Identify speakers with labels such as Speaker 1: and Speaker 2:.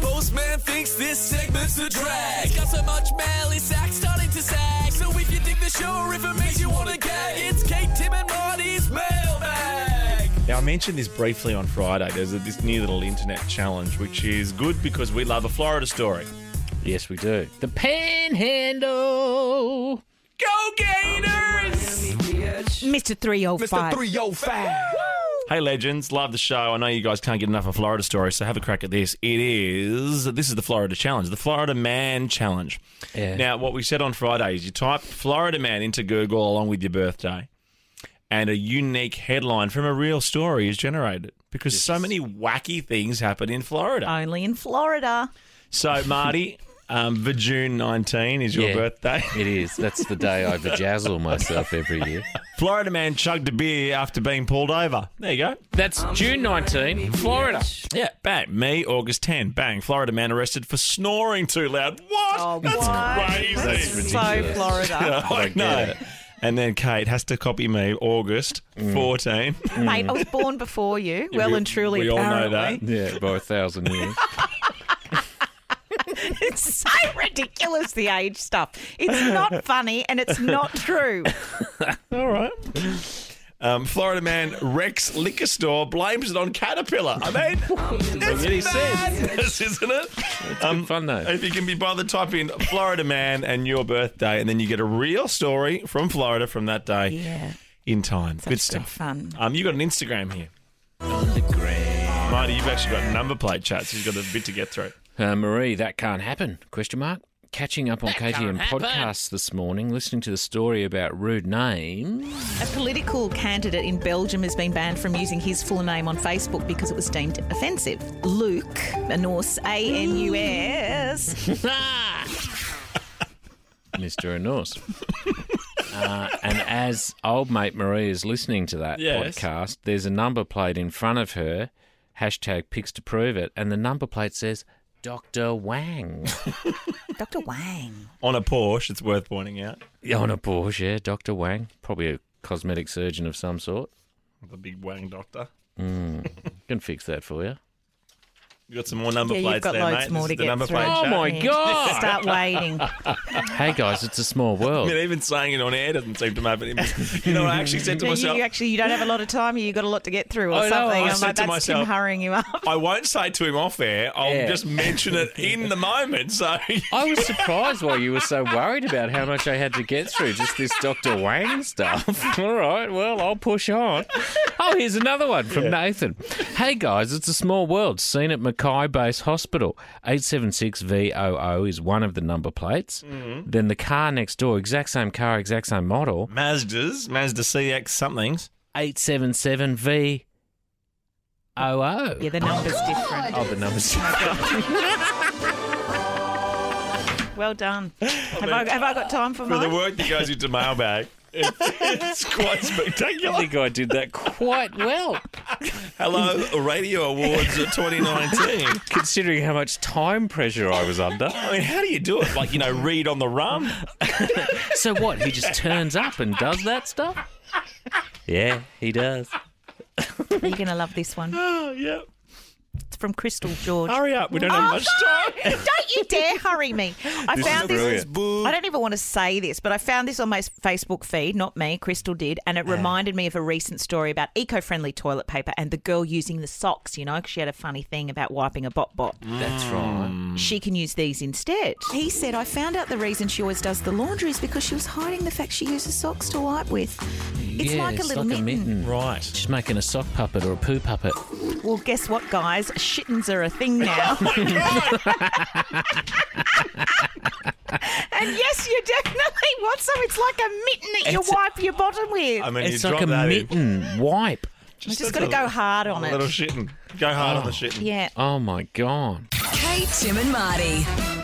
Speaker 1: Postman thinks this segment's a drag. It's got so much mail, his sack's starting to sag. So if you dig the show or if it makes you want to gag, it's Kate, Tim, and Marty's mailbag.
Speaker 2: Now, I mentioned this briefly on Friday. There's a, this new little internet challenge, which is good because we love a Florida story.
Speaker 3: Yes, we do. The panhandle.
Speaker 1: Go Gators!
Speaker 4: Mr. 305.
Speaker 2: Hey, legends, love the show. I know you guys can't get enough of Florida stories, so have a crack at this. It is this is the Florida challenge, the Florida Man challenge.
Speaker 3: Yeah.
Speaker 2: Now, what we said on Friday is you type Florida Man into Google along with your birthday, and a unique headline from a real story is generated because so many wacky things happen in Florida.
Speaker 4: Only in Florida.
Speaker 2: so, Marty, um, for June 19 is your
Speaker 3: Yeah.
Speaker 2: birthday.
Speaker 3: It is. That's the day I vajazzle myself every year.
Speaker 2: Florida Man chugged a beer after being pulled over. There you go.
Speaker 3: That's June 19, Florida.
Speaker 2: Yeah, bang. Me, August 10. Bang. Florida man arrested for snoring too loud. What? That's
Speaker 4: what?
Speaker 2: crazy.
Speaker 4: Oh, That's so
Speaker 3: ridiculous.
Speaker 4: Florida.
Speaker 2: I
Speaker 3: get
Speaker 2: know.
Speaker 3: it.
Speaker 2: And then Kate has to copy me, August 14.
Speaker 4: Mate, I was born before you, well
Speaker 2: we-
Speaker 4: and truly.
Speaker 2: we all know
Speaker 4: apparently.
Speaker 2: that.
Speaker 3: Yeah, by a thousand years.
Speaker 4: It's so ridiculous, the age stuff. It's not funny and it's not true.
Speaker 2: All right. Um, Florida man wrecks liquor store, blames it on caterpillar. I mean, that's
Speaker 3: any sense.
Speaker 2: madness, isn't it? Um,
Speaker 3: Fun though.
Speaker 2: If you can be bothered, type in Florida man and your birthday, and then you get a real story from Florida from that day
Speaker 4: Yeah.
Speaker 2: in time.
Speaker 4: Such
Speaker 2: good
Speaker 4: good
Speaker 2: stuff.
Speaker 4: fun.
Speaker 2: Um, you got an Instagram here. Marty, you've actually got number plate chats. You've got a bit to get through.
Speaker 3: Uh, Marie, that can't happen? Question mark. Catching up on KTM podcasts this morning, listening to the story about rude names.
Speaker 4: A political candidate in Belgium has been banned from using his full name on Facebook because it was deemed offensive. Luke, a Norse, A N U S.
Speaker 3: Mr. Enorse. Uh, and as old mate Marie is listening to that
Speaker 2: Yes.
Speaker 3: podcast, there's a number plate in front of her, hashtag pics to prove it, and the number plate says Dr. Wang.
Speaker 4: Dr. Wang.
Speaker 2: On a Porsche, it's worth pointing out.
Speaker 3: Yeah, on a Porsche, yeah, Dr. Wang. Probably a cosmetic surgeon of some sort.
Speaker 2: The big wang doctor.
Speaker 3: Can fix that for you.
Speaker 2: You got some more number
Speaker 4: Yeah, you've
Speaker 2: plates
Speaker 4: got
Speaker 2: there,
Speaker 4: loads
Speaker 2: mate. This
Speaker 4: more to
Speaker 2: is the
Speaker 4: get
Speaker 2: number
Speaker 4: through.
Speaker 2: plate
Speaker 3: Oh
Speaker 2: chat.
Speaker 3: my
Speaker 4: Yeah,
Speaker 3: God!
Speaker 4: Start waiting.
Speaker 3: Hey guys, it's a small
Speaker 2: I mean,
Speaker 3: world.
Speaker 2: even saying it on air doesn't seem to matter. You know, I actually said to
Speaker 4: No, you,
Speaker 2: myself,
Speaker 4: you actually you don't have a lot of time. You got a lot to get through, or
Speaker 3: I know,
Speaker 4: something.
Speaker 3: I
Speaker 4: I'm
Speaker 2: said
Speaker 4: like,
Speaker 2: to
Speaker 4: that's
Speaker 2: myself-
Speaker 4: Tim hurrying you up.
Speaker 2: I won't say to him off air. I'll
Speaker 3: Yeah.
Speaker 2: just mention it in the moment. So
Speaker 3: I was surprised why you were so worried about how much I had to get through just this Dr. Wang stuff. All right, well, I'll push on. Oh, here's another one from Nathan. Hey guys, it's a small world. Seen at Mackay Base Hospital. 876VOO is one of the number plates. Then the car next door, exact same car, exact same model.
Speaker 2: Mazdas, Mazda CX somethings.
Speaker 3: 877VOO.
Speaker 4: Yeah, the number's different.
Speaker 3: Oh, the numbers.
Speaker 4: Well done. Have I, have I got time for
Speaker 2: Oh, For the
Speaker 4: mine?
Speaker 2: work that goes into mailbag, it's, it's quite
Speaker 3: I
Speaker 2: spectacular.
Speaker 3: think I did that quite well.
Speaker 2: Hello, Radio Awards of 2019.
Speaker 3: considering how much time pressure I was under.
Speaker 2: I mean, how do you do it? Like, you know, read on the rum?
Speaker 3: So what? He just turns up and does that stuff? Yeah, he does.
Speaker 4: You're going to love this one.
Speaker 2: Oh, yeah.
Speaker 4: It's from Crystal George. Oh,
Speaker 2: Hurry up. We don't have much time.
Speaker 4: Don't you dare hurry me. I found this. I don't even want to say this, but I found this on my Facebook feed, not me, Crystal did, and it reminded me of a recent story about eco friendly toilet paper and the girl using the socks, you know, 'cause she had a funny thing about wiping a bot bot.
Speaker 3: Mm. That's right.
Speaker 4: She can use these instead. Mm. He said, I found out the reason she always does the laundry is because she was hiding the fact she uses socks to wipe with. It's
Speaker 3: yeah,
Speaker 4: like a
Speaker 3: it's
Speaker 4: little
Speaker 3: like a
Speaker 4: mitten.
Speaker 3: mitten.
Speaker 2: Right.
Speaker 3: She's making a sock puppet or a poo puppet.
Speaker 4: Well, guess what, guys? Shittens are a thing now.
Speaker 3: Oh
Speaker 4: and yes, you definitely want some. It's like a mitten that
Speaker 3: It's-
Speaker 4: you wipe your bottom with.
Speaker 2: I mean,
Speaker 3: It's
Speaker 2: you
Speaker 3: like
Speaker 2: drop
Speaker 3: a
Speaker 2: that in.
Speaker 3: mitten wipe.
Speaker 4: We've just
Speaker 2: a
Speaker 4: got to go hard on
Speaker 2: A little
Speaker 4: it. Oh.
Speaker 2: shitting. Go hard on the shitting.
Speaker 4: Yeah.
Speaker 3: Oh my god.
Speaker 5: Kate, Tim, and Marty.